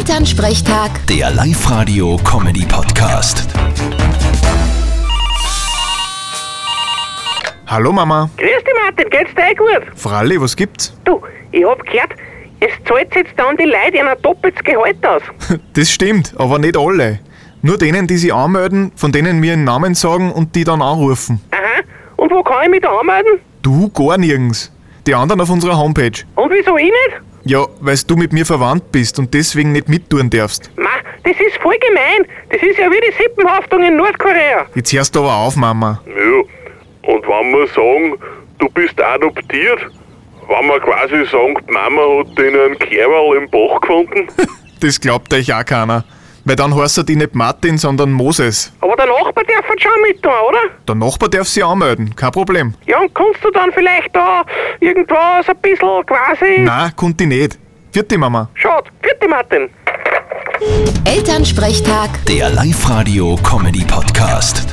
Elternsprechtag, Der Live-Radio-Comedy-Podcast. Hallo Mama. Grüß dich, Martin, geht's dir eh gut? Fralli, was gibt's? Du, ich hab gehört, es zahlt jetzt dann die Leute ein doppeltes Gehalt aus. Das stimmt, aber nicht alle. Nur denen, die sich anmelden, von denen wir einen Namen sagen und die dann anrufen. Aha, und wo kann ich mich da anmelden? Du gar nirgends. Die anderen auf unserer Homepage. Und wieso ich nicht? Ja, weil du mit mir verwandt bist und deswegen nicht mittun darfst. Ma, das ist voll gemein. Das ist ja wie die Sippenhaftung in Nordkorea. Jetzt hörst du aber auf, Mama. Ja, und wenn wir sagen, du bist adoptiert, wenn wir quasi sagen, die Mama hat den einen Kerl im Bach gefunden, Das glaubt euch auch keiner. Weil dann heißt er die nicht Martin, sondern Moses. Aber der Nachbar darf jetzt schon mit da, oder? Der Nachbar darf sie anmelden, kein Problem. Ja, und kannst du dann vielleicht da irgendwas ein bisschen quasi... Na, konnte ich nicht. Vierte Mama. Schade. Vierte Martin. Elternsprechtag. Der Live-Radio-Comedy-Podcast.